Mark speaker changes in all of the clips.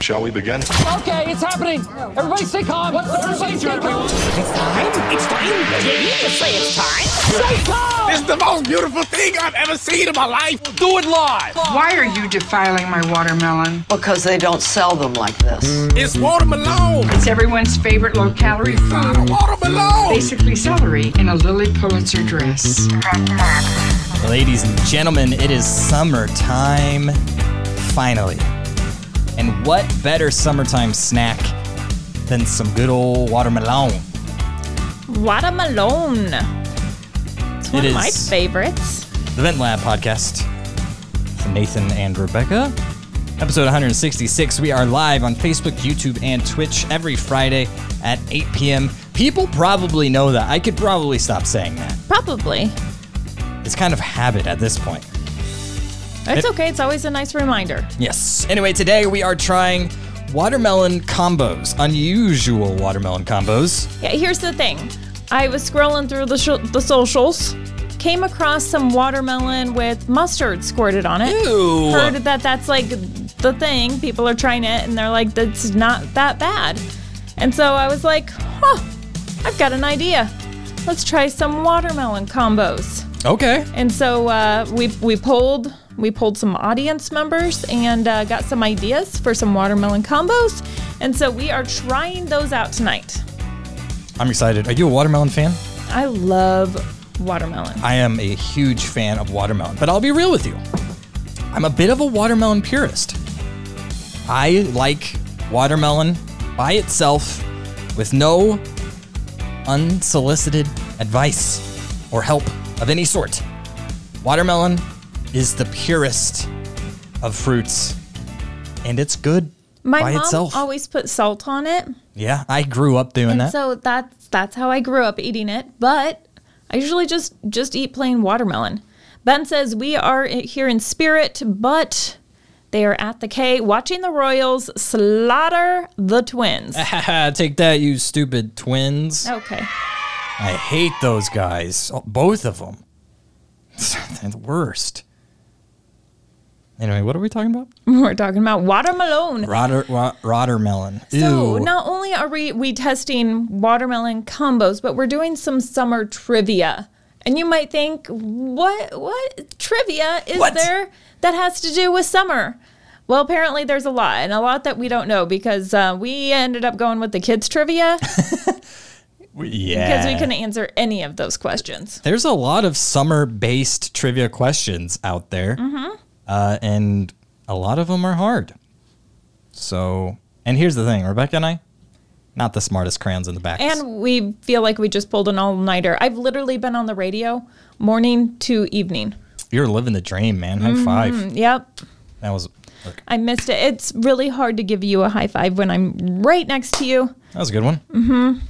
Speaker 1: Shall we begin?
Speaker 2: Okay, it's happening. Everybody stay calm. What's the procedure, everyone?
Speaker 3: It's time. It's time. Did you just say it's time?
Speaker 2: Stay calm.
Speaker 4: It's the most beautiful thing I've ever seen in my life.
Speaker 2: Do it live.
Speaker 5: Why are you defiling my watermelon?
Speaker 6: Because they don't sell them like this.
Speaker 4: It's watermelon.
Speaker 5: It's everyone's favorite low calorie food.
Speaker 4: Watermelon.
Speaker 5: Basically, celery in a Lily Pulitzer dress.
Speaker 7: Ladies and gentlemen, it is summertime. Finally. And what better summertime snack than some good old watermelon?
Speaker 8: Watermelon. It's one
Speaker 7: It
Speaker 8: of my
Speaker 7: is.
Speaker 8: favorites.
Speaker 7: The Vent Lab podcast from Nathan and Rebecca. Episode 166. We are live on Facebook, YouTube, and Twitch every Friday at 8 p.m. People probably know that. I could probably stop saying that.
Speaker 8: Probably.
Speaker 7: It's kind of habit at this point.
Speaker 8: It's okay. It's always a nice reminder.
Speaker 7: Yes. Anyway, today we are trying watermelon combos, unusual watermelon combos.
Speaker 8: Yeah, here's the thing. I was scrolling through the, sh- the socials, came across some watermelon with mustard squirted on it.
Speaker 7: Ew.
Speaker 8: Heard that that's like the thing. People are trying it and they're like, that's not that bad. And so I was like, huh, I've got an idea. Let's try some watermelon combos.
Speaker 7: Okay.
Speaker 8: And so uh, we we polled we polled some audience members and uh, got some ideas for some watermelon combos. And so we are trying those out tonight.
Speaker 7: I'm excited. Are you a watermelon fan?
Speaker 8: I love watermelon.
Speaker 7: I am a huge fan of watermelon, but I'll be real with you. I'm a bit of a watermelon purist. I like watermelon by itself with no unsolicited advice or help of any sort. Watermelon is the purest of fruits and it's good
Speaker 8: My
Speaker 7: by
Speaker 8: mom
Speaker 7: itself.
Speaker 8: always put salt on it,
Speaker 7: yeah, I grew up doing
Speaker 8: and
Speaker 7: that.
Speaker 8: so that's that's how I grew up eating it. But I usually just just eat plain watermelon. Ben says we are here in spirit, but they are at the K watching the Royals slaughter the Twins.
Speaker 7: Eh. Take that, you stupid twins.
Speaker 8: Okay.
Speaker 7: I hate those guys, Oh, both of them. They're the worst. Anyway, what are we talking about?
Speaker 8: We're talking about watermelon.
Speaker 7: Rotter, ro- Rottermelon.
Speaker 8: So
Speaker 7: Ew.
Speaker 8: not only are we we testing watermelon combos, but we're doing some summer trivia. And you might think, what what trivia is
Speaker 7: What?
Speaker 8: there that has to do with summer? Well, apparently there's a lot, and a lot that we don't know because uh, we ended up going with the kids trivia
Speaker 7: yeah.
Speaker 8: because we couldn't answer any of those questions.
Speaker 7: There's a lot of summer-based trivia questions out there, mm-hmm. uh, and a lot of them are hard. So, and here's the thing, Rebecca and I, not the smartest crayons in the back.
Speaker 8: And we feel like we just pulled an all nighter. I've literally been on the radio morning to evening.
Speaker 7: you're living the dream, man. High five.
Speaker 8: Yep.
Speaker 7: That was look,
Speaker 8: I missed it. It's really hard to give you a high five when I'm right next to you.
Speaker 7: that was a good one.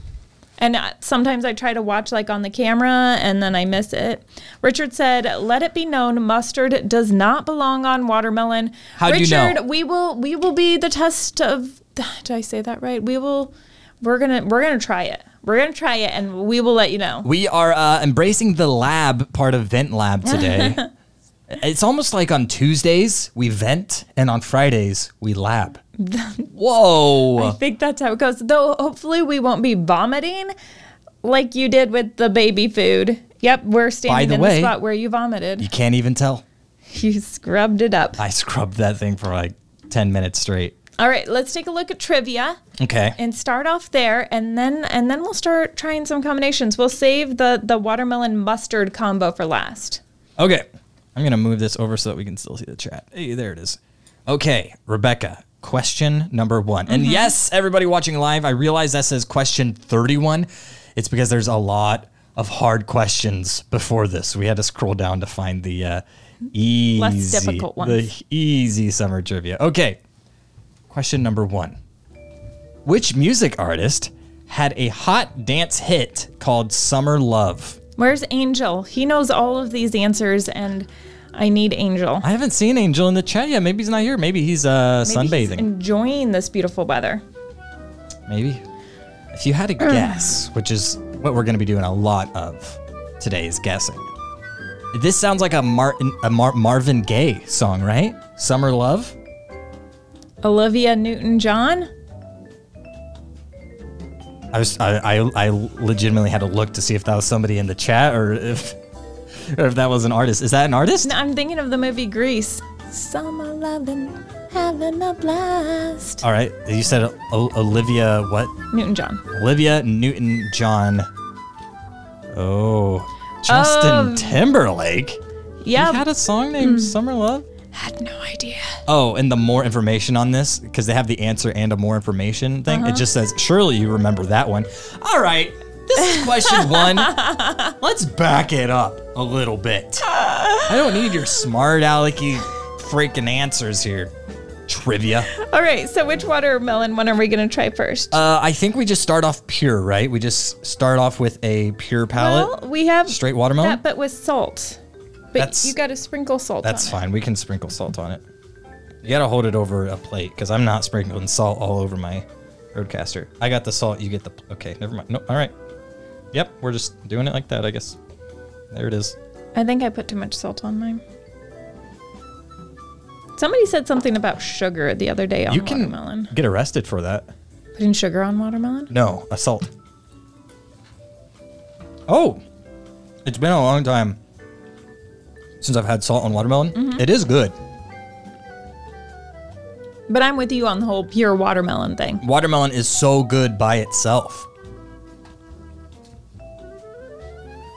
Speaker 8: And uh, sometimes I try to watch like on the camera and then I miss it. Richard said, "Let it be known, mustard does not belong on watermelon."
Speaker 7: How do you know?
Speaker 8: Richard, we will we will be the test of Did I say that right? We will we're going to we're going to try it. We're going to try it and we will let you know.
Speaker 7: We are uh, embracing the lab part of Vent Lab today. it's almost like on Tuesdays we vent, and on Fridays we lab.
Speaker 8: I
Speaker 7: Whoa!
Speaker 8: think that's how it goes. Though hopefully we won't be vomiting like you did with the baby food. Yep, we're standing
Speaker 7: the
Speaker 8: in
Speaker 7: way-
Speaker 8: the spot where you vomited.
Speaker 7: You can't even tell.
Speaker 8: You scrubbed it up.
Speaker 7: I scrubbed that thing for like 10 minutes straight.
Speaker 8: All right, let's take a look at trivia
Speaker 7: Okay.
Speaker 8: and start off there and then and then we'll start trying some combinations. We'll save the the watermelon mustard combo for last.
Speaker 7: Okay. I'm going to move this over so that we can still see the chat. Hey, there it is. Okay, Rebecca, question number one. And
Speaker 8: Mm-hmm.
Speaker 7: yes, everybody watching live, I realize that says question 31. It's because there's a lot of hard questions before this. We had to scroll down to find the uh, easy,
Speaker 8: difficult
Speaker 7: the
Speaker 8: ones.
Speaker 7: easy summer trivia. Okay, question number one. Which music artist had a hot dance hit called Summer Love?
Speaker 8: Where's Angel? He knows all of these answers and I need Angel.
Speaker 7: I haven't seen Angel in the chat yet. Maybe he's not here. Maybe he's uh,
Speaker 8: Maybe
Speaker 7: sunbathing.
Speaker 8: he's enjoying this beautiful weather.
Speaker 7: Maybe. If you had a guess, which is what we're going to be doing a lot of today, is guessing. This sounds like a Martin, a Mar- Marvin Gaye song, right? Summer Love.
Speaker 8: Olivia Newton John?
Speaker 7: I was I, I I legitimately had to look to see if that was somebody in the chat or if or if that was an artist. Is that an artist?
Speaker 8: No, I'm thinking of the movie Grease. Summer loving, having a blast.
Speaker 7: All right, you said o- Olivia what?
Speaker 8: Newton John.
Speaker 7: Olivia Newton John. Oh, Justin
Speaker 8: Um, hmm.
Speaker 7: Timberlake.
Speaker 8: Yeah.
Speaker 7: He had a song named Summer Love.
Speaker 8: had no idea.
Speaker 7: Oh, and the more information on this, because they have the answer and a more information thing,
Speaker 8: Uh-huh.
Speaker 7: it just says, surely you remember that one. All right, this is question one. Let's back it up a little bit. I don't need your smart alecky freaking answers here. Trivia.
Speaker 8: All right, so which watermelon one are we going to try first?
Speaker 7: Uh, I think we just start off pure, right? We just start off with a pure palette.
Speaker 8: well, we have
Speaker 7: Straight watermelon?
Speaker 8: that, but with salt. But
Speaker 7: That's-
Speaker 8: you got to sprinkle salt
Speaker 7: That's
Speaker 8: on
Speaker 7: fine. We can sprinkle salt on it. You gotta hold it over a plate because I'm not sprinkling salt all over my roadcaster. I got the salt. You get the. Okay, never mind. No, all right. Yep, we're just doing it like that, I guess. There it is.
Speaker 8: it. I think I put too much salt on mine. Somebody said something about sugar the other day on
Speaker 7: you can
Speaker 8: watermelon.
Speaker 7: get arrested for that.
Speaker 8: Putting sugar on watermelon?
Speaker 7: No, assault. Oh, it's been a long time since I've had salt on watermelon. It is good.
Speaker 8: But I'm with you on the whole pure watermelon thing.
Speaker 7: Watermelon is so good by itself.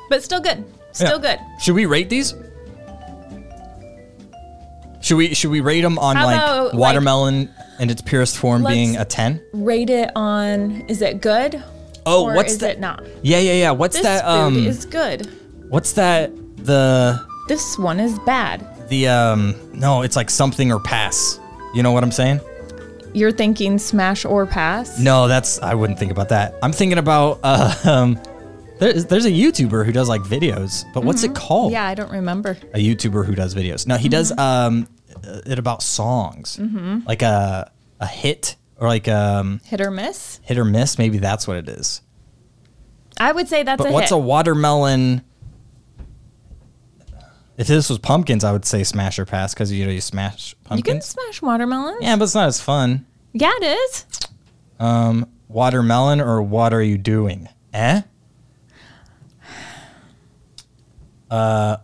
Speaker 8: But still good. Still
Speaker 7: Yeah.
Speaker 8: good.
Speaker 7: Should we rate these? Should we should we rate them on
Speaker 8: How
Speaker 7: like
Speaker 8: about, like-
Speaker 7: watermelon in its purest form
Speaker 8: Let's-
Speaker 7: being a 10?
Speaker 8: Rate it on is it good?
Speaker 7: Oh,
Speaker 8: or
Speaker 7: what's
Speaker 8: is
Speaker 7: that?
Speaker 8: it not?
Speaker 7: Yeah, yeah, yeah. What's
Speaker 8: This
Speaker 7: that
Speaker 8: food
Speaker 7: um
Speaker 8: is good.
Speaker 7: what's that the
Speaker 8: This one is bad.
Speaker 7: the um no, it's like something or pass. You know what I'm saying?
Speaker 8: You're thinking smash or pass?
Speaker 7: No, that's I wouldn't think about that. I'm thinking about uh, um there's there's a YouTuber who does like videos, but what's it called?
Speaker 8: Mm-hmm. Yeah, Mm-hmm. I don't remember.
Speaker 7: a YouTuber who does videos. Now he does um it about songs,
Speaker 8: Mm-hmm.
Speaker 7: like a a hit or like um
Speaker 8: Hit or miss?
Speaker 7: hit or miss. Maybe that's what it is.
Speaker 8: I would say that's
Speaker 7: But
Speaker 8: a
Speaker 7: what's
Speaker 8: hit.
Speaker 7: a watermelon? If this was pumpkins, I would say smash or pass because you know you smash
Speaker 8: you can
Speaker 7: pumpkins.
Speaker 8: smash watermelon.
Speaker 7: yeah, but it's not as fun.
Speaker 8: Yeah, it is.
Speaker 7: Watermelon or what are you doing? Eh? Uh,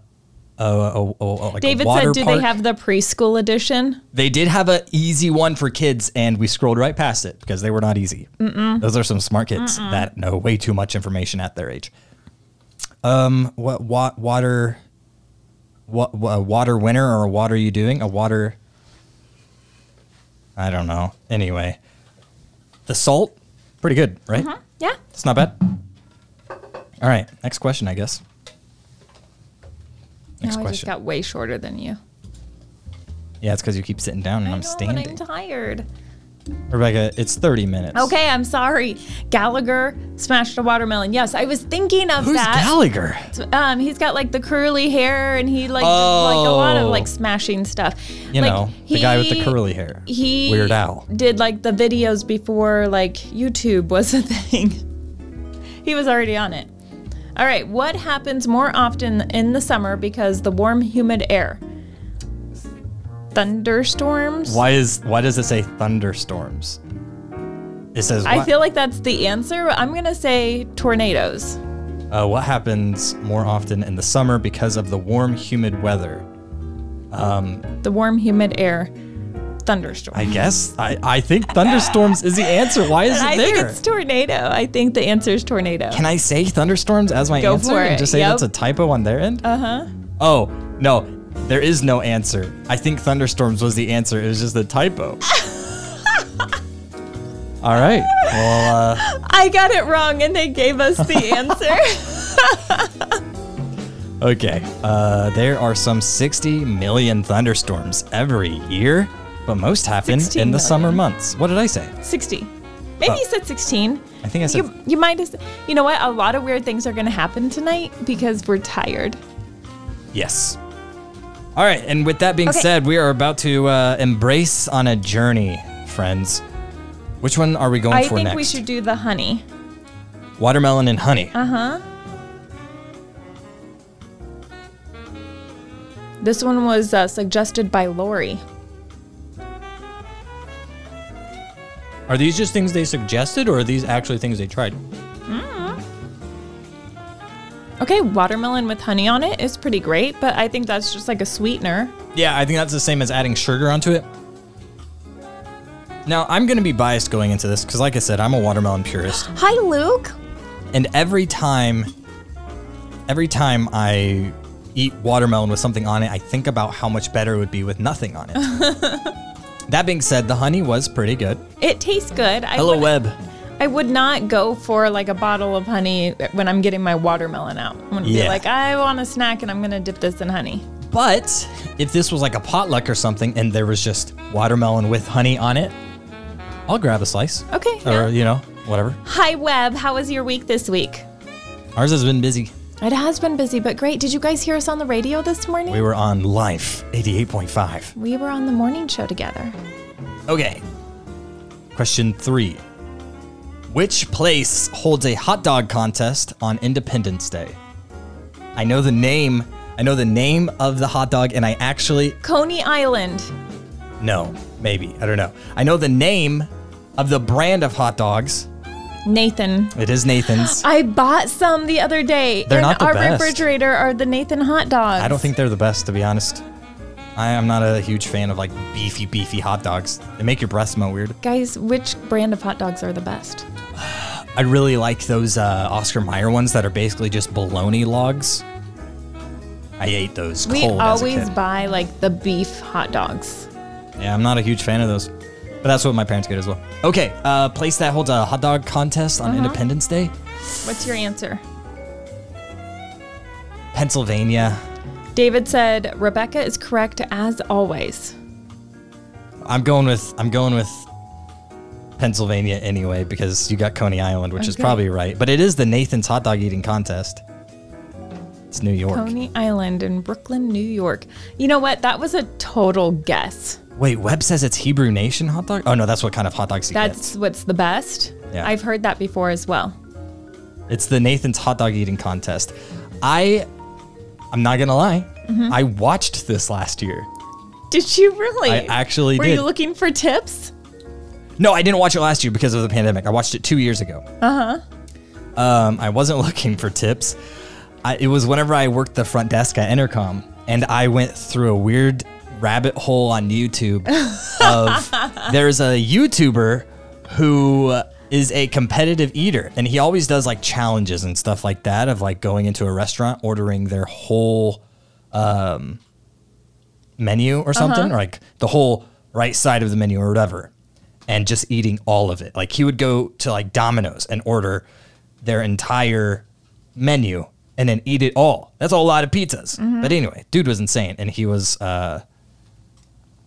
Speaker 7: oh, oh, oh, oh, like a
Speaker 8: David
Speaker 7: water
Speaker 8: said, do
Speaker 7: park?
Speaker 8: they have the preschool edition?
Speaker 7: They did have an easy one for kids, and we scrolled right past it because they were not easy. Those are some smart kids that know way too much information at their age. Um, what, what water? What, what water winner or what are you doing? A water? I don't know. Anyway, the salt, pretty good, right?
Speaker 8: Yeah.
Speaker 7: It's not bad. All right, next question, I guess. Next
Speaker 8: no, I just
Speaker 7: question.
Speaker 8: got way shorter than you.
Speaker 7: yeah, it's because you keep sitting down and I am
Speaker 8: know,
Speaker 7: standing.
Speaker 8: but I'm tired.
Speaker 7: Rebecca, it's thirty minutes.
Speaker 8: Okay, I'm sorry. Gallagher smashed a watermelon. Yes, I was thinking of
Speaker 7: Who's
Speaker 8: that.
Speaker 7: Gallagher?
Speaker 8: um, he's got like the curly hair, and he like like a lot
Speaker 7: Oh.
Speaker 8: of like smashing stuff.
Speaker 7: You
Speaker 8: Like,
Speaker 7: know, the guy with the
Speaker 8: he-
Speaker 7: curly hair.
Speaker 8: He
Speaker 7: Weird Al.
Speaker 8: did like the videos before like YouTube was a thing. he was already on it. All right, what happens more often in the summer because the warm, humid air? Thunderstorms.
Speaker 7: Why is why does it say thunderstorms? It says
Speaker 8: I
Speaker 7: what,
Speaker 8: feel like that's the answer. but I'm gonna say tornadoes.
Speaker 7: uh, what happens more often in the summer because of the warm, humid weather.
Speaker 8: The warm, humid air. Thunderstorms.
Speaker 7: I guess I, I think thunderstorms is the answer. Why is
Speaker 8: I
Speaker 7: it
Speaker 8: think
Speaker 7: there?
Speaker 8: it's tornado. I think the answer is tornado.
Speaker 7: Can I say thunderstorms as my
Speaker 8: Go
Speaker 7: answer
Speaker 8: for
Speaker 7: and
Speaker 8: it, Uh-huh.
Speaker 7: just say
Speaker 8: yep.
Speaker 7: that's a typo on their end? Uh huh. Oh no, there is no answer. I think thunderstorms was the answer. It was just a typo. All right. Well, uh,
Speaker 8: I got it wrong and they gave us the answer.
Speaker 7: Okay, uh, there are some 60 million thunderstorms every year, but most happen in
Speaker 8: 16
Speaker 7: the
Speaker 8: million.
Speaker 7: summer months. What did I say?
Speaker 8: 60. Maybe you said 16.
Speaker 7: I think I said.
Speaker 8: You, you might have, you know what? A lot of weird things are going to happen tonight because we're tired.
Speaker 7: Yes. All right, and with that being
Speaker 8: Okay.
Speaker 7: said, we are about to uh, embrace on a journey, friends. Which one are we going
Speaker 8: I
Speaker 7: for
Speaker 8: think
Speaker 7: next?
Speaker 8: we should do the honey.
Speaker 7: Watermelon and honey.
Speaker 8: Uh huh. This one was uh, suggested by Lori.
Speaker 7: Are these just things they suggested, or are these actually things they tried?
Speaker 8: Okay, watermelon with honey on it is pretty great, but I think that's just like a sweetener.
Speaker 7: Yeah, I think that's the same as adding sugar onto it. Now, I'm going to be biased going into this because, like I said, I'm a watermelon purist.
Speaker 1: Hi, Luke.
Speaker 7: And every time, every time I eat watermelon with something on it, I think about how much better it would be with nothing on it. that being said, the honey was pretty good.
Speaker 8: It tastes good. I
Speaker 7: Hello,
Speaker 8: would,
Speaker 7: Web.
Speaker 8: I would not go for like a bottle of honey when I'm getting my watermelon out. I'm gonna
Speaker 7: Yeah.
Speaker 8: be like, I want a snack and I'm gonna dip this in honey.
Speaker 7: But if this was like a potluck or something and there was just watermelon with honey on it, I'll grab a slice.
Speaker 8: Okay.
Speaker 7: Or,
Speaker 8: yeah.
Speaker 7: you know, whatever.
Speaker 8: Hi, Webb. How was your week this week?
Speaker 7: Ours has been busy.
Speaker 8: It has been busy, but great. Did you guys hear us on the radio this morning?
Speaker 7: We were on Life 88.5.
Speaker 8: We were on the morning show together.
Speaker 7: Okay. Question three Which place holds a hot dog contest on Independence Day? I know the name. I know the name of the hot dog, and I actually.
Speaker 8: Coney Island.
Speaker 7: No, maybe. I don't know. I know the name of the brand of hot dogs.
Speaker 8: Nathan.
Speaker 7: It is Nathan's.
Speaker 8: I bought some the other day.
Speaker 7: They're
Speaker 8: in
Speaker 7: not the
Speaker 8: our
Speaker 7: best.
Speaker 8: refrigerator are the Nathan hot dogs.
Speaker 7: I don't think they're the best, to be honest. I am not a huge fan of like beefy, beefy hot dogs. They make your breath smell weird.
Speaker 8: Guys, which brand of hot dogs are the best?
Speaker 7: I really like those uh, Oscar Mayer ones that are basically just bologna logs. I ate those
Speaker 8: We
Speaker 7: cold as
Speaker 8: always
Speaker 7: a kid.
Speaker 8: buy like the beef hot dogs.
Speaker 7: yeah, I'm not a huge fan of those, but that's what my parents get as well. Okay, uh, place that holds a hot dog contest
Speaker 8: Uh-huh.
Speaker 7: on Independence Day,
Speaker 8: What's your answer?
Speaker 7: Pennsylvania.
Speaker 8: David said Rebecca is correct as always.
Speaker 7: I'm going with I'm going with Pennsylvania anyway because you got Coney Island, which is
Speaker 8: Okay.
Speaker 7: probably right, but it is the Nathan's hot dog eating contest. It's New York.
Speaker 8: Coney Island in Brooklyn, New York. You know what? That was a total guess.
Speaker 7: Wait, Webb says it's Hebrew Nation hot dog. Oh no, that's what kind of hot dogs he
Speaker 8: That's
Speaker 7: gets.
Speaker 8: what's the best.
Speaker 7: Yeah.
Speaker 8: I've heard that before as well.
Speaker 7: It's the Nathan's hot dog eating contest. I, I'm not gonna lie, I watched this last year.
Speaker 8: Did you really?
Speaker 7: I actually
Speaker 8: Were
Speaker 7: did.
Speaker 8: you looking for tips?
Speaker 7: no, I didn't watch it last year because of the pandemic. I watched it two years ago. Uh huh. Um, I wasn't looking for tips. I, it was whenever I worked the front desk at Intercom, and I went through a weird rabbit hole on YouTube. of there's a YouTuber who uh, is a competitive eater, and he always does like challenges and stuff like that of like going into a restaurant, ordering their whole um, menu
Speaker 8: Uh-huh.
Speaker 7: or something, or like the whole right side of the menu or whatever, and just eating all of it. Like he would go to like Domino's and order their entire menu and then eat it all. That's a lot of pizzas.
Speaker 8: Mm-hmm.
Speaker 7: But anyway, dude was insane, and he was uh,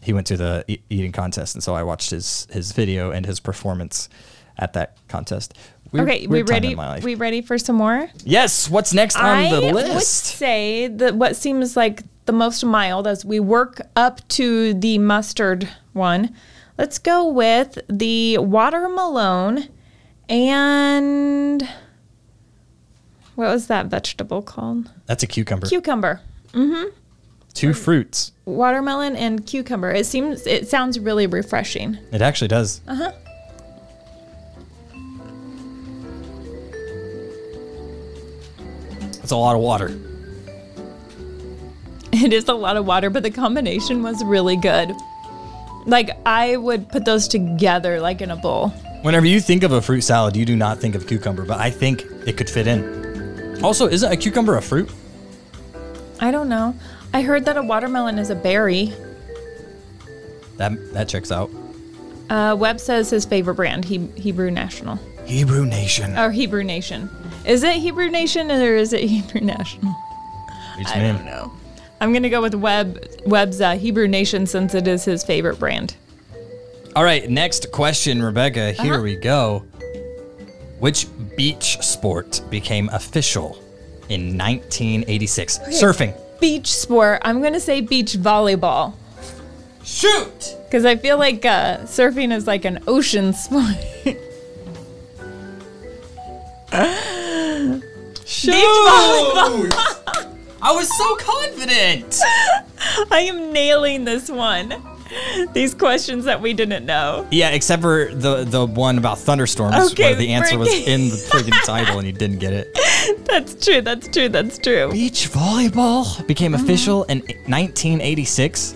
Speaker 7: he went to the e- eating contest, and so I watched his his video and his performance at that contest. Weird-
Speaker 8: Okay, we
Speaker 7: weird time
Speaker 8: ready?
Speaker 7: in my life.
Speaker 8: We ready for some more?
Speaker 7: yes. What's next on
Speaker 8: I
Speaker 7: the
Speaker 8: would
Speaker 7: list?
Speaker 8: say that what seems like the most mild as we work up to the mustard one. Let's go with the watermelon and what was that vegetable called?
Speaker 7: That's a cucumber.
Speaker 8: Cucumber.
Speaker 7: Two fruits.
Speaker 8: Watermelon and cucumber. It seems it sounds really refreshing.
Speaker 7: It actually does.
Speaker 8: Uh-huh.
Speaker 7: That's a lot of water.
Speaker 8: It is a lot of water, but the combination was really good. Like I would put those together like in a bowl.
Speaker 7: Whenever you think of a fruit salad, you do not think of cucumber, but I think it could fit in. Also, isn't a cucumber a fruit?
Speaker 8: I don't know. I heard that a watermelon is a berry.
Speaker 7: That that checks out.
Speaker 8: Uh, Webb says his favorite brand, he- Hebrew National
Speaker 7: Hebrew Nation.
Speaker 8: or Hebrew Nation. Is it Hebrew Nation or is it Hebrew National?
Speaker 7: Each
Speaker 8: I don't
Speaker 7: man.
Speaker 8: know. I'm gonna go with Webb Webb's uh, Hebrew Nation since it is his favorite brand.
Speaker 7: All right, next question, Rebecca.
Speaker 8: Uh-huh.
Speaker 7: Here we go. Which beach sport became official in 1986? Surfing.
Speaker 8: Beach sport. I'm gonna say beach volleyball
Speaker 7: Shoot!
Speaker 8: because I feel like uh, surfing is like an ocean sport.
Speaker 7: Shoot! I was so confident.
Speaker 8: I am nailing this one. These questions that we didn't know.
Speaker 7: Yeah, except for the the one about thunderstorms
Speaker 8: Okay,
Speaker 7: where the answer was
Speaker 8: frick.
Speaker 7: in the friggin' title and you didn't get it.
Speaker 8: That's true. That's true. That's true.
Speaker 7: Beach volleyball became official in 1986.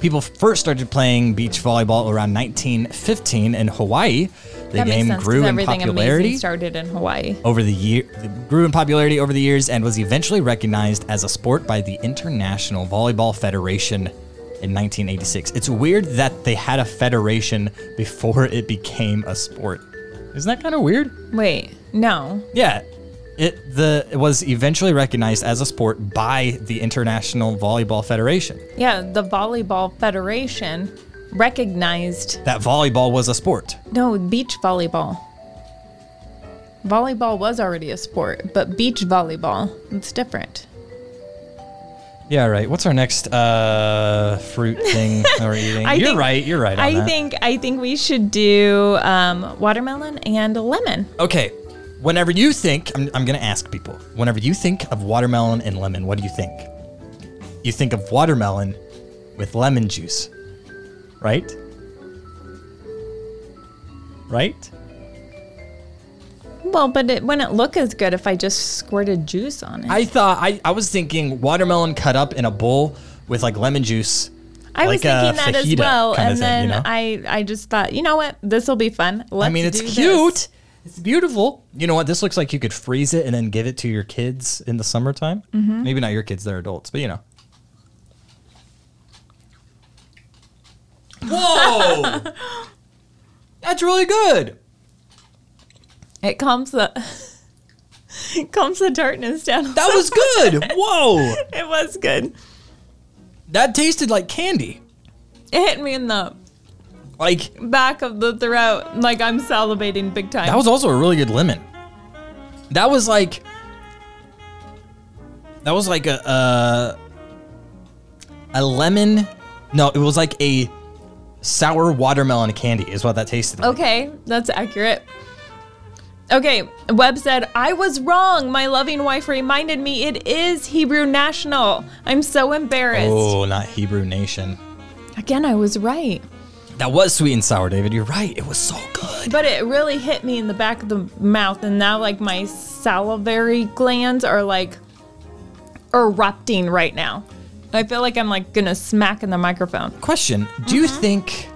Speaker 7: People first started playing beach volleyball around 1915 in Hawaii. The
Speaker 8: that makes
Speaker 7: game
Speaker 8: sense. 'cause
Speaker 7: grew in
Speaker 8: everything
Speaker 7: popularity
Speaker 8: amazing started in Hawaii.
Speaker 7: over the year grew in popularity over the years and was eventually recognized as a sport by the International Volleyball Federation in 1986. It's weird that they had a federation before it became a sport. Isn't that kind of weird?
Speaker 8: Wait, no.
Speaker 7: Yeah. It the it was eventually recognized as a sport by the International Volleyball Federation.
Speaker 8: Yeah, the Volleyball Federation recognized
Speaker 7: That volleyball was a sport.
Speaker 8: no beach volleyball. Volleyball was already a sport, but beach volleyball, it's different.
Speaker 7: Yeah, right. What's our next uh fruit thing that we're eating?
Speaker 8: I
Speaker 7: you're
Speaker 8: think-
Speaker 7: right, you're right on
Speaker 8: I
Speaker 7: that.
Speaker 8: think I think we should do um, watermelon and lemon.
Speaker 7: Okay. Whenever you think, I'm, I'm going to ask people. Whenever you think of watermelon and lemon, what do you think? You think of watermelon with lemon juice, right? Right?
Speaker 8: Well, but it wouldn't look as good if I just squirted juice on it.
Speaker 7: I thought, I, I was thinking watermelon cut up in a bowl with like lemon juice.
Speaker 8: I
Speaker 7: like
Speaker 8: was
Speaker 7: a
Speaker 8: thinking that as
Speaker 7: fajita
Speaker 8: well,
Speaker 7: kinda
Speaker 8: and
Speaker 7: thing,
Speaker 8: then
Speaker 7: you know?
Speaker 8: I I just thought, you know what, this will be fun. Let's
Speaker 7: I mean, it's
Speaker 8: do this.
Speaker 7: cute. It's beautiful. You know what? This looks like you could freeze it and then give it to your kids in the summertime. Maybe not your kids, they're adults, but you know. Whoa! That's really good.
Speaker 8: It calms the it calms the darkness down.
Speaker 7: That was good. Whoa!
Speaker 8: it was good.
Speaker 7: That tasted like candy.
Speaker 8: It hit me in the
Speaker 7: Like,
Speaker 8: back of the throat, like I'm salivating big time.
Speaker 7: that was also a really good lemon. That was like. That was like a. Uh, a lemon. No, it was like a sour watermelon candy, is what that tasted like.
Speaker 8: okay. That's accurate. Okay, Webb said, I was wrong. My loving wife reminded me it is Hebrew national. I'm so embarrassed.
Speaker 7: Oh, not Hebrew Nation.
Speaker 8: Again, I was right.
Speaker 7: That was sweet and sour, David. You're right. It was so good.
Speaker 8: But it really hit me in the back of the mouth, and now like my salivary glands are like erupting right now. I feel like I'm like gonna smack in the microphone.
Speaker 7: Question Do you
Speaker 8: Mm-hmm.
Speaker 7: think,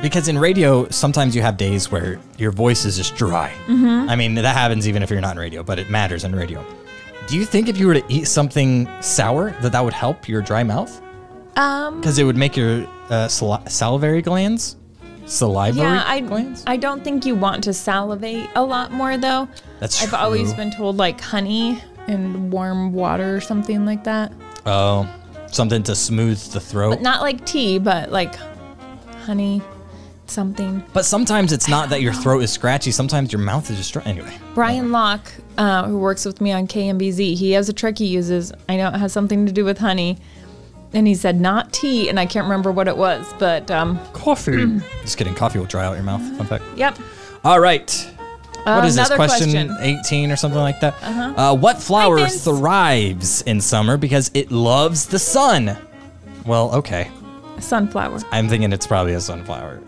Speaker 7: because in radio, sometimes you have days where your voice is just dry.
Speaker 8: Mm-hmm.
Speaker 7: I mean, that happens even if you're not in radio, but it matters in radio. Do you think if you were to eat something sour, that that would help your dry mouth?
Speaker 8: Um,
Speaker 7: Because it would make your uh, sali- salivary glands, salivary
Speaker 8: yeah, I
Speaker 7: glands?
Speaker 8: I don't think you want to salivate a lot more though.
Speaker 7: That's
Speaker 8: I've always
Speaker 7: true.
Speaker 8: been told like honey and warm water or something like that.
Speaker 7: Oh, something to smooth the throat.
Speaker 8: But not like tea, but like honey, something.
Speaker 7: But sometimes it's not that your throat is scratchy. Sometimes your mouth is just dry. Anyway,
Speaker 8: Brian Locke, uh, who works with me on KMBZ, he has a trick he uses. I know it has something to do with honey. And he said, not tea. And I can't remember what it was, but um,
Speaker 7: coffee. just kidding. Coffee will dry out your mouth. Fun fact.
Speaker 8: yep.
Speaker 7: All right. What is this
Speaker 8: Another
Speaker 7: question,
Speaker 8: question.
Speaker 7: 18 or something like that? Uh-huh. what flower
Speaker 8: Vince.
Speaker 7: thrives in summer because it loves the sun? Well, okay.
Speaker 8: Sunflower.
Speaker 7: I'm thinking it's probably a sunflower.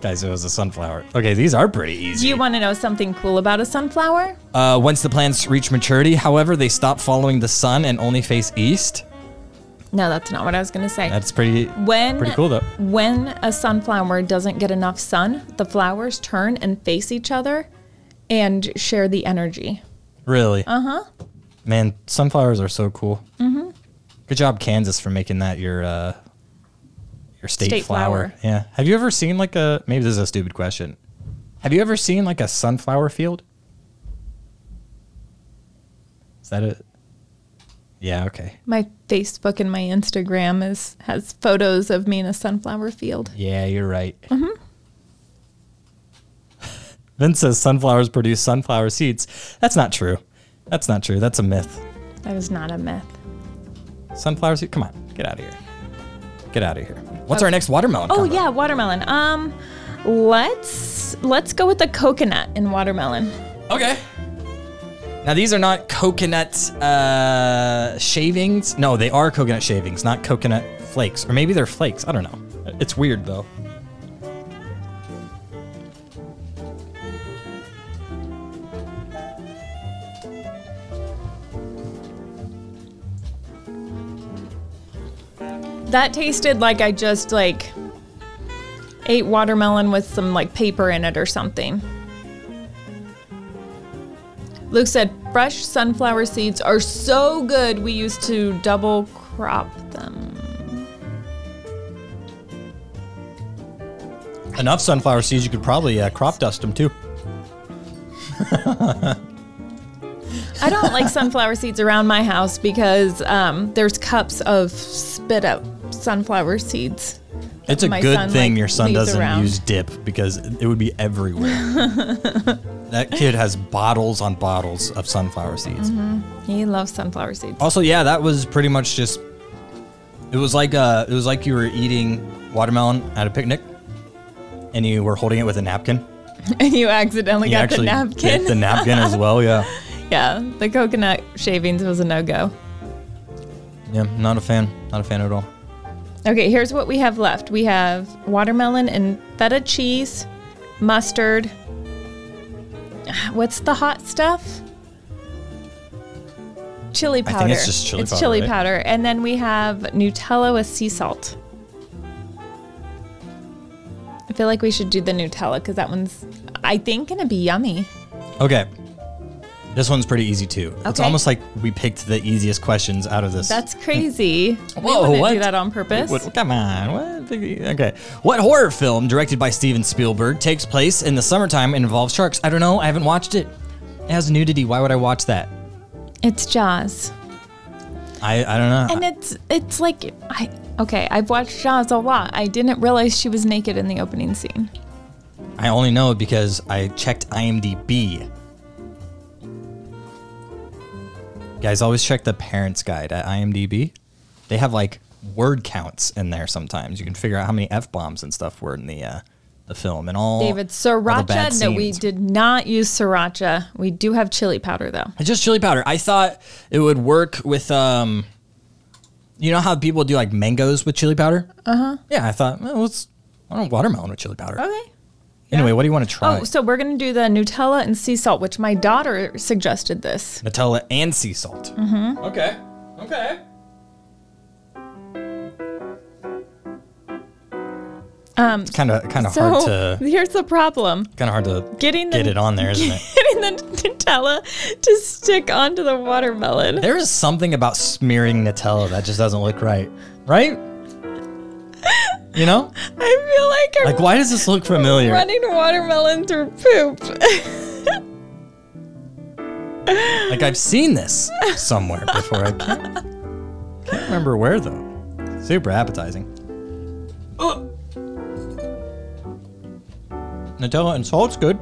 Speaker 7: Guys, it was a sunflower. Okay, these are pretty
Speaker 8: Do
Speaker 7: easy.
Speaker 8: you want to know something cool about a sunflower?
Speaker 7: uh, once the plants reach maturity, however, they stop following the sun and only face east.
Speaker 8: No, that's not what I was going to say.
Speaker 7: That's pretty.
Speaker 8: when
Speaker 7: pretty cool though.
Speaker 8: When a sunflower doesn't get enough sun, the flowers turn and face each other and share the energy.
Speaker 7: Really? Uh huh. Man, sunflowers are so cool. Mm-hmm. Good job, Kansas, for making that your uh, your state,
Speaker 8: State
Speaker 7: flower.
Speaker 8: flower.
Speaker 7: Yeah. Have you ever seen like a? Maybe this is a stupid question. Have you ever seen like a sunflower field? Is that it? Yeah. Okay.
Speaker 8: My Facebook and my Instagram is has photos of me in a sunflower field.
Speaker 7: Yeah, you're right. Vince says sunflowers produce sunflower seeds. That's not true. That's not true. That's a myth.
Speaker 8: That is not a myth.
Speaker 7: Sunflower seed. Come on, get out of here. Get out of here. What's our next watermelon?
Speaker 8: Oh
Speaker 7: combo?
Speaker 8: yeah, watermelon. Um, let's let's go with the coconut and watermelon.
Speaker 7: Okay. Now these are not coconut uh, shavings. No, they are coconut shavings, not coconut flakes, or maybe they're flakes. I don't know. It's weird though.
Speaker 8: That tasted like I just like ate watermelon with some like paper in it or something. Luke said fresh sunflower seeds are so good we used to double crop them.
Speaker 7: Enough sunflower seeds, you could probably uh, crop dust them too.
Speaker 8: I don't like sunflower seeds around my house because um, there's cups of spit out sunflower seeds.
Speaker 7: It's a
Speaker 8: My
Speaker 7: good
Speaker 8: son,
Speaker 7: thing
Speaker 8: like,
Speaker 7: your son
Speaker 8: leaves
Speaker 7: doesn't
Speaker 8: around.
Speaker 7: use dip because it would be everywhere. that kid has bottles on bottles of sunflower seeds.
Speaker 8: He loves sunflower seeds.
Speaker 7: Also, yeah, that was pretty much just. It was like uh, it was like you were eating watermelon at a picnic, and you were holding it with a napkin.
Speaker 8: And you accidentally
Speaker 7: You
Speaker 8: got the
Speaker 7: actually
Speaker 8: napkin.
Speaker 7: dipped the napkin as well. Yeah,
Speaker 8: yeah, the coconut shavings was a no go.
Speaker 7: yeah, not a fan, not a fan at all.
Speaker 8: Okay, here's what we have left. We have watermelon and feta cheese, mustard. What's the hot stuff? Chili
Speaker 7: think
Speaker 8: powder.
Speaker 7: it's just chili
Speaker 8: It's
Speaker 7: powder,
Speaker 8: chili
Speaker 7: right?
Speaker 8: powder. And then we have Nutella with sea salt. I feel like we should do the Nutella because that one's, I think, going to be yummy.
Speaker 7: Okay, this one's pretty easy too. It's
Speaker 8: Okay.
Speaker 7: almost like we picked the easiest questions out of this.
Speaker 8: That's crazy.
Speaker 7: Hmm. Whoa,
Speaker 8: we wouldn't
Speaker 7: what?
Speaker 8: do that on purpose.
Speaker 7: What- come on. What? Okay. What horror film directed by Steven Spielberg takes place in the summertime and involves sharks? I don't know. I haven't watched it. It has nudity. Why would I watch that?
Speaker 8: It's Jaws.
Speaker 7: I, I don't know.
Speaker 8: And it's it's like I okay, I've watched Jaws a lot. I didn't realize she was naked in the opening scene.
Speaker 7: I only know because I checked IMDb. Guys, always check the parents' guide at IMDb. They have like word counts in there sometimes. You can figure out how many f bombs and stuff were in the uh, the film and all.
Speaker 8: David
Speaker 7: all the bad
Speaker 8: Sriracha. No, we
Speaker 7: scenes.
Speaker 8: did not use Sriracha. We do have chili powder though.
Speaker 7: It's just chili powder. I thought it would work with um you know how people do like mangoes with chili powder? Uh-huh. Yeah, I thought, well, let's I don't watermelon with chili powder.
Speaker 8: Okay.
Speaker 7: Anyway, what do you want to try?
Speaker 8: Oh, so we're gonna do the Nutella and sea salt, which my daughter suggested this.
Speaker 7: Nutella and sea salt. Mm-hmm. Okay. Okay. Um, it's kind of kind of hard to
Speaker 8: So here's the problem:
Speaker 7: kind of hard to
Speaker 8: getting the
Speaker 7: get it on there, isn't it?
Speaker 8: getting the Nutella to stick onto the watermelon.
Speaker 7: There is something about smearing Nutella that just doesn't look right, right? You know,
Speaker 8: I feel like I'm
Speaker 7: like why does this look familiar?
Speaker 8: running watermelon through poop.
Speaker 7: Like I've seen this somewhere before. I can't, can't remember where though. Super appetizing. Nutella and salt's good.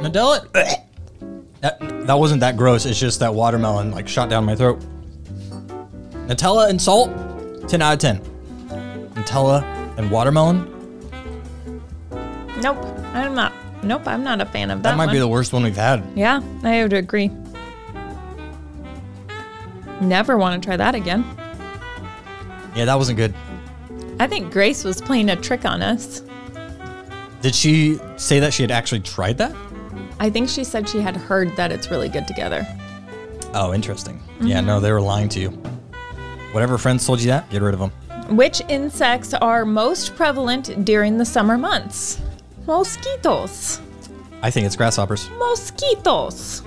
Speaker 7: Nutella. That, that wasn't that gross. It's just that watermelon like shot down my throat. Nutella and salt, 10 out of 10. Nutella and watermelon,
Speaker 8: Nope, I'm not. Nope, I'm not a fan of that.
Speaker 7: that, might
Speaker 8: one.
Speaker 7: be the worst one we've had.
Speaker 8: Yeah, I would agree. Never want to try that again.
Speaker 7: Yeah, that wasn't good.
Speaker 8: I think Grace was playing a trick on us.
Speaker 7: Did she say that she had actually tried that?
Speaker 8: I think she said she had heard that it's really good together.
Speaker 7: Oh, interesting. Yeah, no, they were lying to you. Whatever friends told you that, get rid of them.
Speaker 8: Which insects are most prevalent during the summer months? Mosquitoes.
Speaker 7: I think it's grasshoppers.
Speaker 8: Mosquitoes.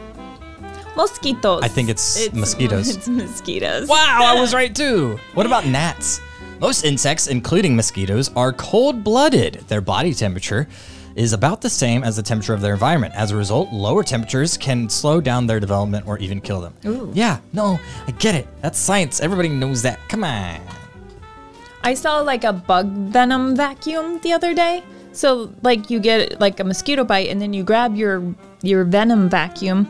Speaker 8: Mosquitoes.
Speaker 7: I think it's mosquitoes.
Speaker 8: It's mosquitoes.
Speaker 7: Wow, I was right too. What about gnats? Most insects, including mosquitoes, are cold blooded. Their body temperature is about the same as the temperature of their environment. As a result, lower temperatures can slow down their development or even kill them. Yeah, no, I get it. That's science. Everybody knows that. Come on.
Speaker 8: I saw like a bug venom vacuum the other day. So like you get like a mosquito bite and then you grab your your venom vacuum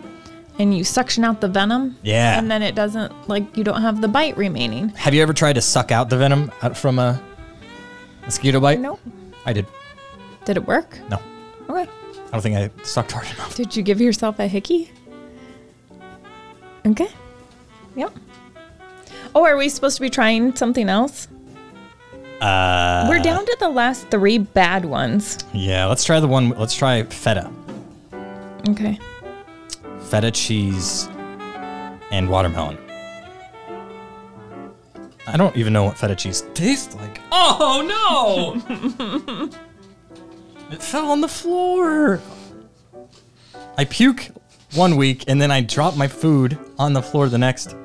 Speaker 8: and you suction out the venom.
Speaker 7: Yeah.
Speaker 8: And then it doesn't like you don't have the bite remaining.
Speaker 7: Have you ever tried to suck out the venom out from a mosquito bite?
Speaker 8: Nope.
Speaker 7: I did.
Speaker 8: Did it work?
Speaker 7: No.
Speaker 8: Okay.
Speaker 7: I don't think I sucked hard enough.
Speaker 8: Did you give yourself a hickey? Okay. Yep. Oh, are we supposed to be trying something else? Uh, We're down to the last three bad ones.
Speaker 7: Yeah, let's try the one. Let's try feta,
Speaker 8: Okay.
Speaker 7: feta cheese, and watermelon. I don't even know what feta cheese tastes like. Oh no! it fell on the floor. I puke one week and then I drop my food on the floor the next.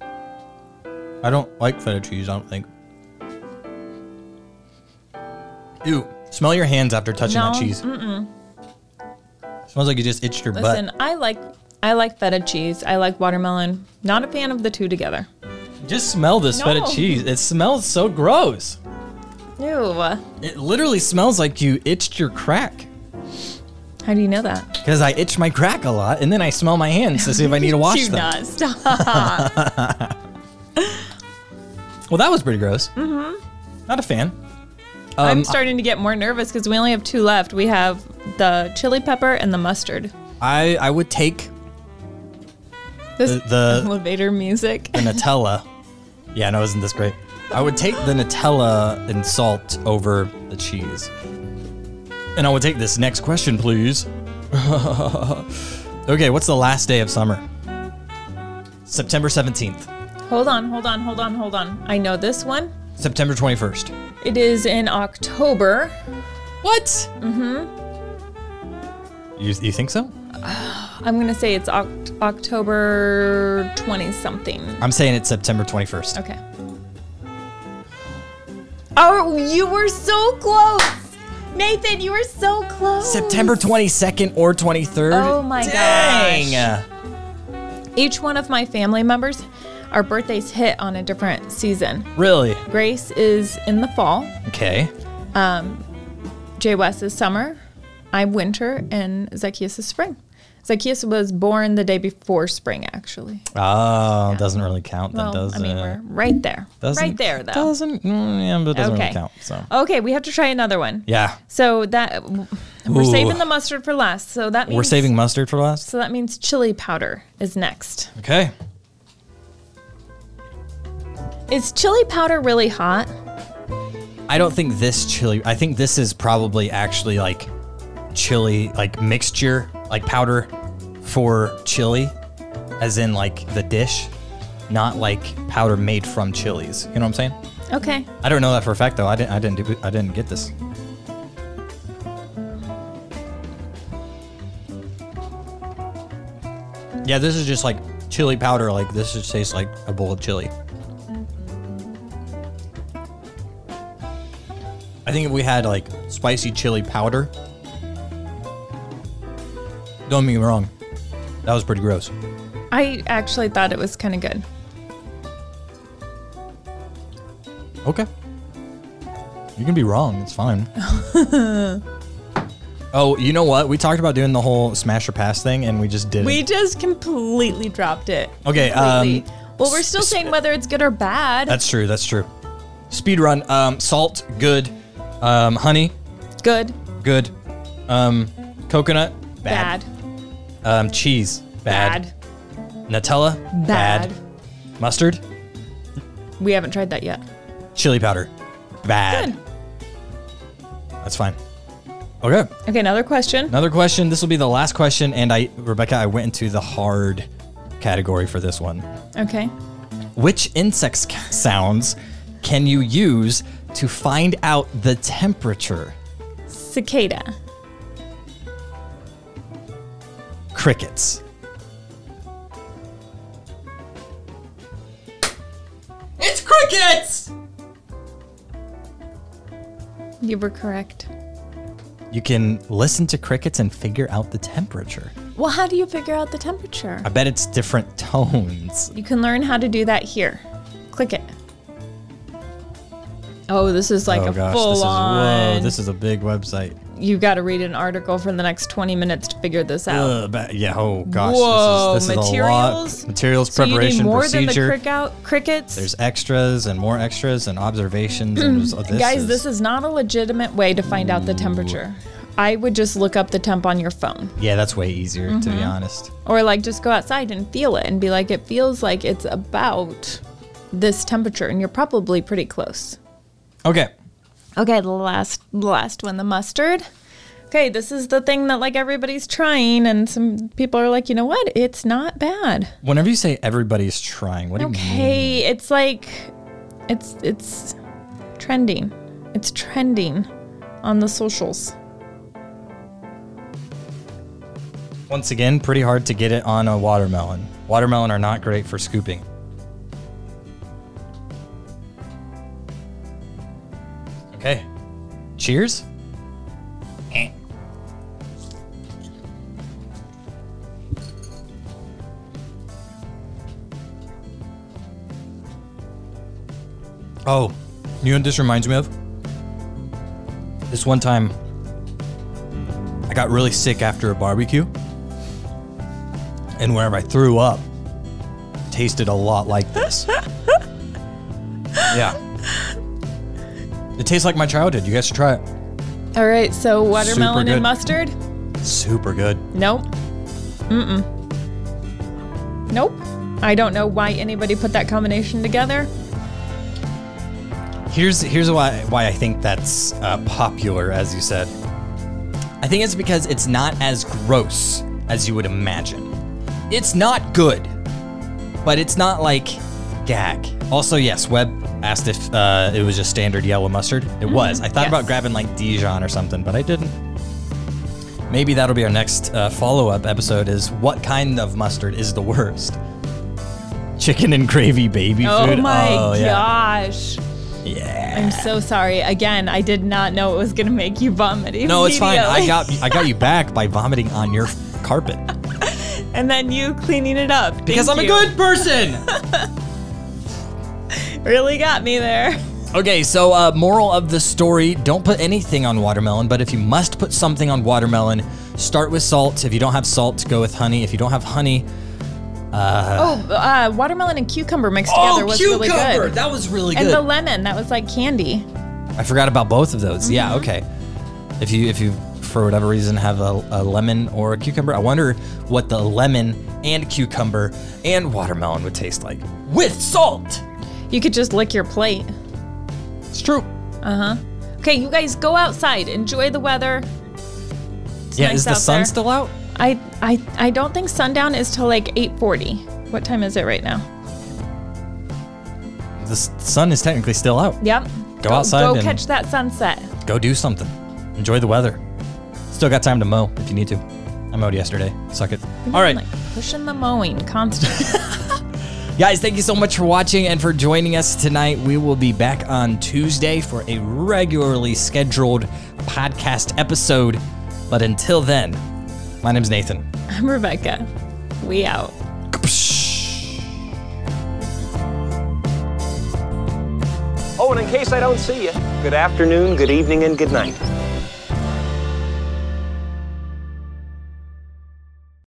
Speaker 7: I don't like feta cheese, I don't think. Ew. Smell your hands after touching that
Speaker 8: No,
Speaker 7: cheese. Smells like you just itched your butt.
Speaker 8: Listen, I like I like feta cheese. I like watermelon. Not a fan of the two together.
Speaker 7: Just smell this feta
Speaker 8: No.
Speaker 7: cheese. It smells so gross.
Speaker 8: Ew.
Speaker 7: It literally smells like you itched your crack.
Speaker 8: How do you know that?
Speaker 7: Because I itch my crack a lot, and then I smell my hands to see if I need to wash
Speaker 8: do
Speaker 7: them.
Speaker 8: not stop.
Speaker 7: Well, that was pretty gross. Mm-hmm. Not a fan. Um,
Speaker 8: I'm starting to get more nervous because we only have two left. We have the chili pepper and the mustard.
Speaker 7: I I would take
Speaker 8: This
Speaker 7: The- the-
Speaker 8: elevator music.
Speaker 7: the Nutella. yeah, no, isn't this great? I would take the Nutella and salt over the cheese. And I would take this next question, please. okay, what's the last day of summer? September 17th,
Speaker 8: Hold on, hold on, hold on, hold on. I know this one.
Speaker 7: September 21st.
Speaker 8: It is in October.
Speaker 7: What? Mm-hmm. You, you think so?
Speaker 8: I'm going to say it's Oct- October 20 something.
Speaker 7: I'm saying it's September 21st.
Speaker 8: Okay. Oh, you were so close. Nathan, you were so close.
Speaker 7: September 22nd or 23rd.
Speaker 8: Oh my
Speaker 7: Dang.
Speaker 8: Each one of my family members, our birthdays hit on a different season.
Speaker 7: Really?
Speaker 8: Grace is in the fall,
Speaker 7: Okay.
Speaker 8: Jay West is summer, I'm winter, and Zacchaeus is spring. Zacchaeus was born the day before spring, actually.
Speaker 7: Oh, doesn't really count then,
Speaker 8: Well,
Speaker 7: does uh,
Speaker 8: I mean,
Speaker 7: it?
Speaker 8: we're right there.
Speaker 7: Doesn't-
Speaker 8: Right there, though.
Speaker 7: Doesn't, mm, yeah, but it doesn't really
Speaker 8: Okay.
Speaker 7: count. So,
Speaker 8: Okay, we have to try another one.
Speaker 7: yeah,
Speaker 8: So that we're
Speaker 7: Ooh.
Speaker 8: saving the mustard for last. So that means
Speaker 7: we're saving mustard for last.
Speaker 8: So that means chili powder is next.
Speaker 7: Okay.
Speaker 8: Is chili powder really hot?
Speaker 7: I don't think this chili. I think this is probably actually like chili, like mixture, like powder for chili, as in like the dish, not like powder made from chilies. You know what I'm saying?
Speaker 8: Okay.
Speaker 7: I don't know that for a fact though. I didn't. I didn't. Do, I didn't get this. Yeah, this is just like chili powder. Like this just tastes like a bowl of chili. I think if we had like spicy chili powder, don't get me wrong, that was pretty gross.
Speaker 8: I actually thought it was kind of good.
Speaker 7: Okay. You can be wrong. It's fine. oh, you know what? We talked about doing the whole smash or pass thing, and we just did
Speaker 8: We
Speaker 7: it.
Speaker 8: just completely dropped it.
Speaker 7: Okay. Um,
Speaker 8: Completely. well, we're still
Speaker 7: s-
Speaker 8: saying whether it's good or bad.
Speaker 7: that's true. That's true. Speed run. Um, salt, good. Um, honey,
Speaker 8: good,
Speaker 7: good. Um, coconut, bad.
Speaker 8: bad,
Speaker 7: Um, cheese, bad.
Speaker 8: bad,
Speaker 7: Nutella, bad. Mustard,
Speaker 8: We haven't tried that yet.
Speaker 7: chili powder, bad.
Speaker 8: Good.
Speaker 7: That's fine. Okay.
Speaker 8: Okay, another question.
Speaker 7: Another question. This will be the last question, and I, Rebecca, I went into the hard category for this one.
Speaker 8: Okay.
Speaker 7: Which insect sc- sounds can you use to find out the temperature?
Speaker 8: Cicada.
Speaker 7: Crickets. It's crickets.
Speaker 8: You were correct.
Speaker 7: You can listen to crickets and figure out the temperature.
Speaker 8: Well, how do you figure out the temperature?
Speaker 7: I bet it's different tones.
Speaker 8: You can learn how to do that here. Click it. Oh, this is like
Speaker 7: oh
Speaker 8: a
Speaker 7: gosh,
Speaker 8: full
Speaker 7: this is
Speaker 8: on.
Speaker 7: whoa! This is a big website.
Speaker 8: you've got to read an article for the next 20 minutes to figure this out.
Speaker 7: Uh, ba- yeah. Oh gosh.
Speaker 8: Whoa,
Speaker 7: this is, this Is a
Speaker 8: materials?
Speaker 7: lot. Materials
Speaker 8: so you
Speaker 7: preparation
Speaker 8: need more
Speaker 7: procedure.
Speaker 8: than the crick out, crickets.
Speaker 7: There's extras and more extras and observations. and there's- oh, this
Speaker 8: Guys,
Speaker 7: is,
Speaker 8: this is not a legitimate way to find out the temperature. I would just look up the temp on your phone
Speaker 7: Yeah, that's way easier, to
Speaker 8: Mm-hmm.
Speaker 7: be honest.
Speaker 8: or like just go outside and feel it and be like, it feels like it's about this temperature and you're probably pretty close.
Speaker 7: Okay.
Speaker 8: Okay, the last the last one, the mustard. Okay, this is the thing that like everybody's trying and some people are like, you know what? It's not bad.
Speaker 7: Whenever you say everybody's trying, what do you mean?
Speaker 8: Okay, it's like it's it's trending. It's trending on the socials.
Speaker 7: Once again, pretty hard to get it on a watermelon. Watermelon are not great for scooping. Okay. Cheers. Eh. Oh, you know what this reminds me of? This one time, I got really sick after a barbecue and whenever I threw up, tasted a lot like this. yeah. It tastes like my childhood. You guys should try it.
Speaker 8: All right, so watermelon
Speaker 7: good.
Speaker 8: and mustard?
Speaker 7: Super good.
Speaker 8: Nope. Mm-mm. Nope. I don't know why anybody put that combination together.
Speaker 7: Here's here's why why I think that's uh, popular, as you said. I think it's because it's not as gross as you would imagine. It's not good, but it's not like gag. Also, yes, Webb asked if uh, it was just standard yellow mustard. It
Speaker 8: Mm-hmm.
Speaker 7: was. I thought about grabbing like Dijon or something, but I didn't. Maybe that'll be our next uh, follow-up episode. Is what kind of mustard is the worst? Chicken and gravy baby
Speaker 8: Oh
Speaker 7: food.
Speaker 8: my
Speaker 7: oh, yeah.
Speaker 8: gosh.
Speaker 7: yeah.
Speaker 8: I'm so sorry. Again, I did not know it was going to make you vomit.
Speaker 7: No, it's fine. I
Speaker 8: immediately.
Speaker 7: got I got you back by vomiting on your carpet
Speaker 8: And then you cleaning it up.
Speaker 7: because I'm
Speaker 8: Thank
Speaker 7: a
Speaker 8: you.
Speaker 7: good person.
Speaker 8: Really got me there.
Speaker 7: okay, so uh, moral of the story: don't put anything on watermelon. But if you must put something on watermelon, start with salt. If you don't have salt, go with honey. If you don't have honey,
Speaker 8: Uh, watermelon and cucumber mixed together was really good.
Speaker 7: Oh, that was really
Speaker 8: and the lemon, that was like candy.
Speaker 7: I forgot about both of those.
Speaker 8: Mm-hmm.
Speaker 7: Yeah, okay. If you if you for whatever reason have a, a lemon or a cucumber, I wonder what the lemon and cucumber and watermelon would taste like with salt.
Speaker 8: You could just lick your plate.
Speaker 7: It's true.
Speaker 8: Okay, you guys go outside, enjoy the weather.
Speaker 7: yeah,
Speaker 8: nice
Speaker 7: is the
Speaker 8: out
Speaker 7: sun
Speaker 8: there.
Speaker 7: still out?
Speaker 8: I I I don't think sundown is till like 8:40. What time is it right now?
Speaker 7: The s- sun is technically still out.
Speaker 8: Yep.
Speaker 7: Go outside
Speaker 8: Go
Speaker 7: and-
Speaker 8: catch that sunset.
Speaker 7: Go do something. Enjoy the weather. Still got time to mow if you need to. I mowed yesterday. Suck it. All right.
Speaker 8: Like pushing the mowing constantly.
Speaker 7: Guys, thank you so much for watching and for joining us tonight. We will be back on Tuesday for a regularly scheduled podcast episode. But until then, my name's Nathan.
Speaker 8: I'm Rebecca. We out.
Speaker 1: Oh, and in case I don't see you, good afternoon, good evening, and good night.